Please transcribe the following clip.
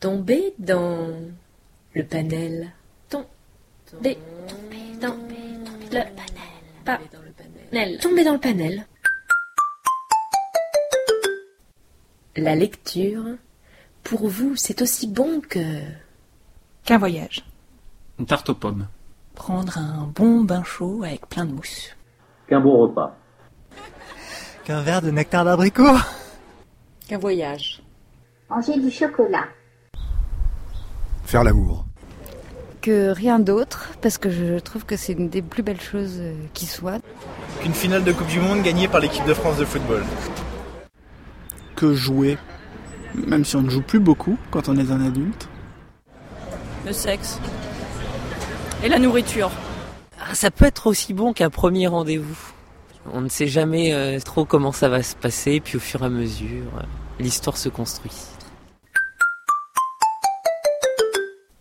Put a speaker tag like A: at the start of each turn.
A: tomber dans le panel. Tomber, tomber dans le panel. panel. Tomber dans le panel. La lecture, pour vous, c'est aussi bon que...
B: Qu'un voyage.
C: Une tarte aux pommes.
B: Prendre un bon bain chaud avec plein de mousse.
D: Qu'un bon repas.
E: Qu'un verre de nectar d'abricot.
F: Qu'un voyage.
G: Manger du chocolat.
H: Faire l'amour.
I: Que rien d'autre, parce que je trouve que c'est une des plus belles choses euh, qui soit.
J: Qu'une finale de Coupe du Monde gagnée par l'équipe de France de football.
K: Que jouer, même si on ne joue plus beaucoup quand on est un adulte.
L: Le sexe. Et la nourriture.
M: Ah, Ça peut être aussi bon qu'un premier rendez-vous. On ne euh, sait jamais trop comment ça va se passer, puis au fur et à mesure, euh, l'histoire se construit.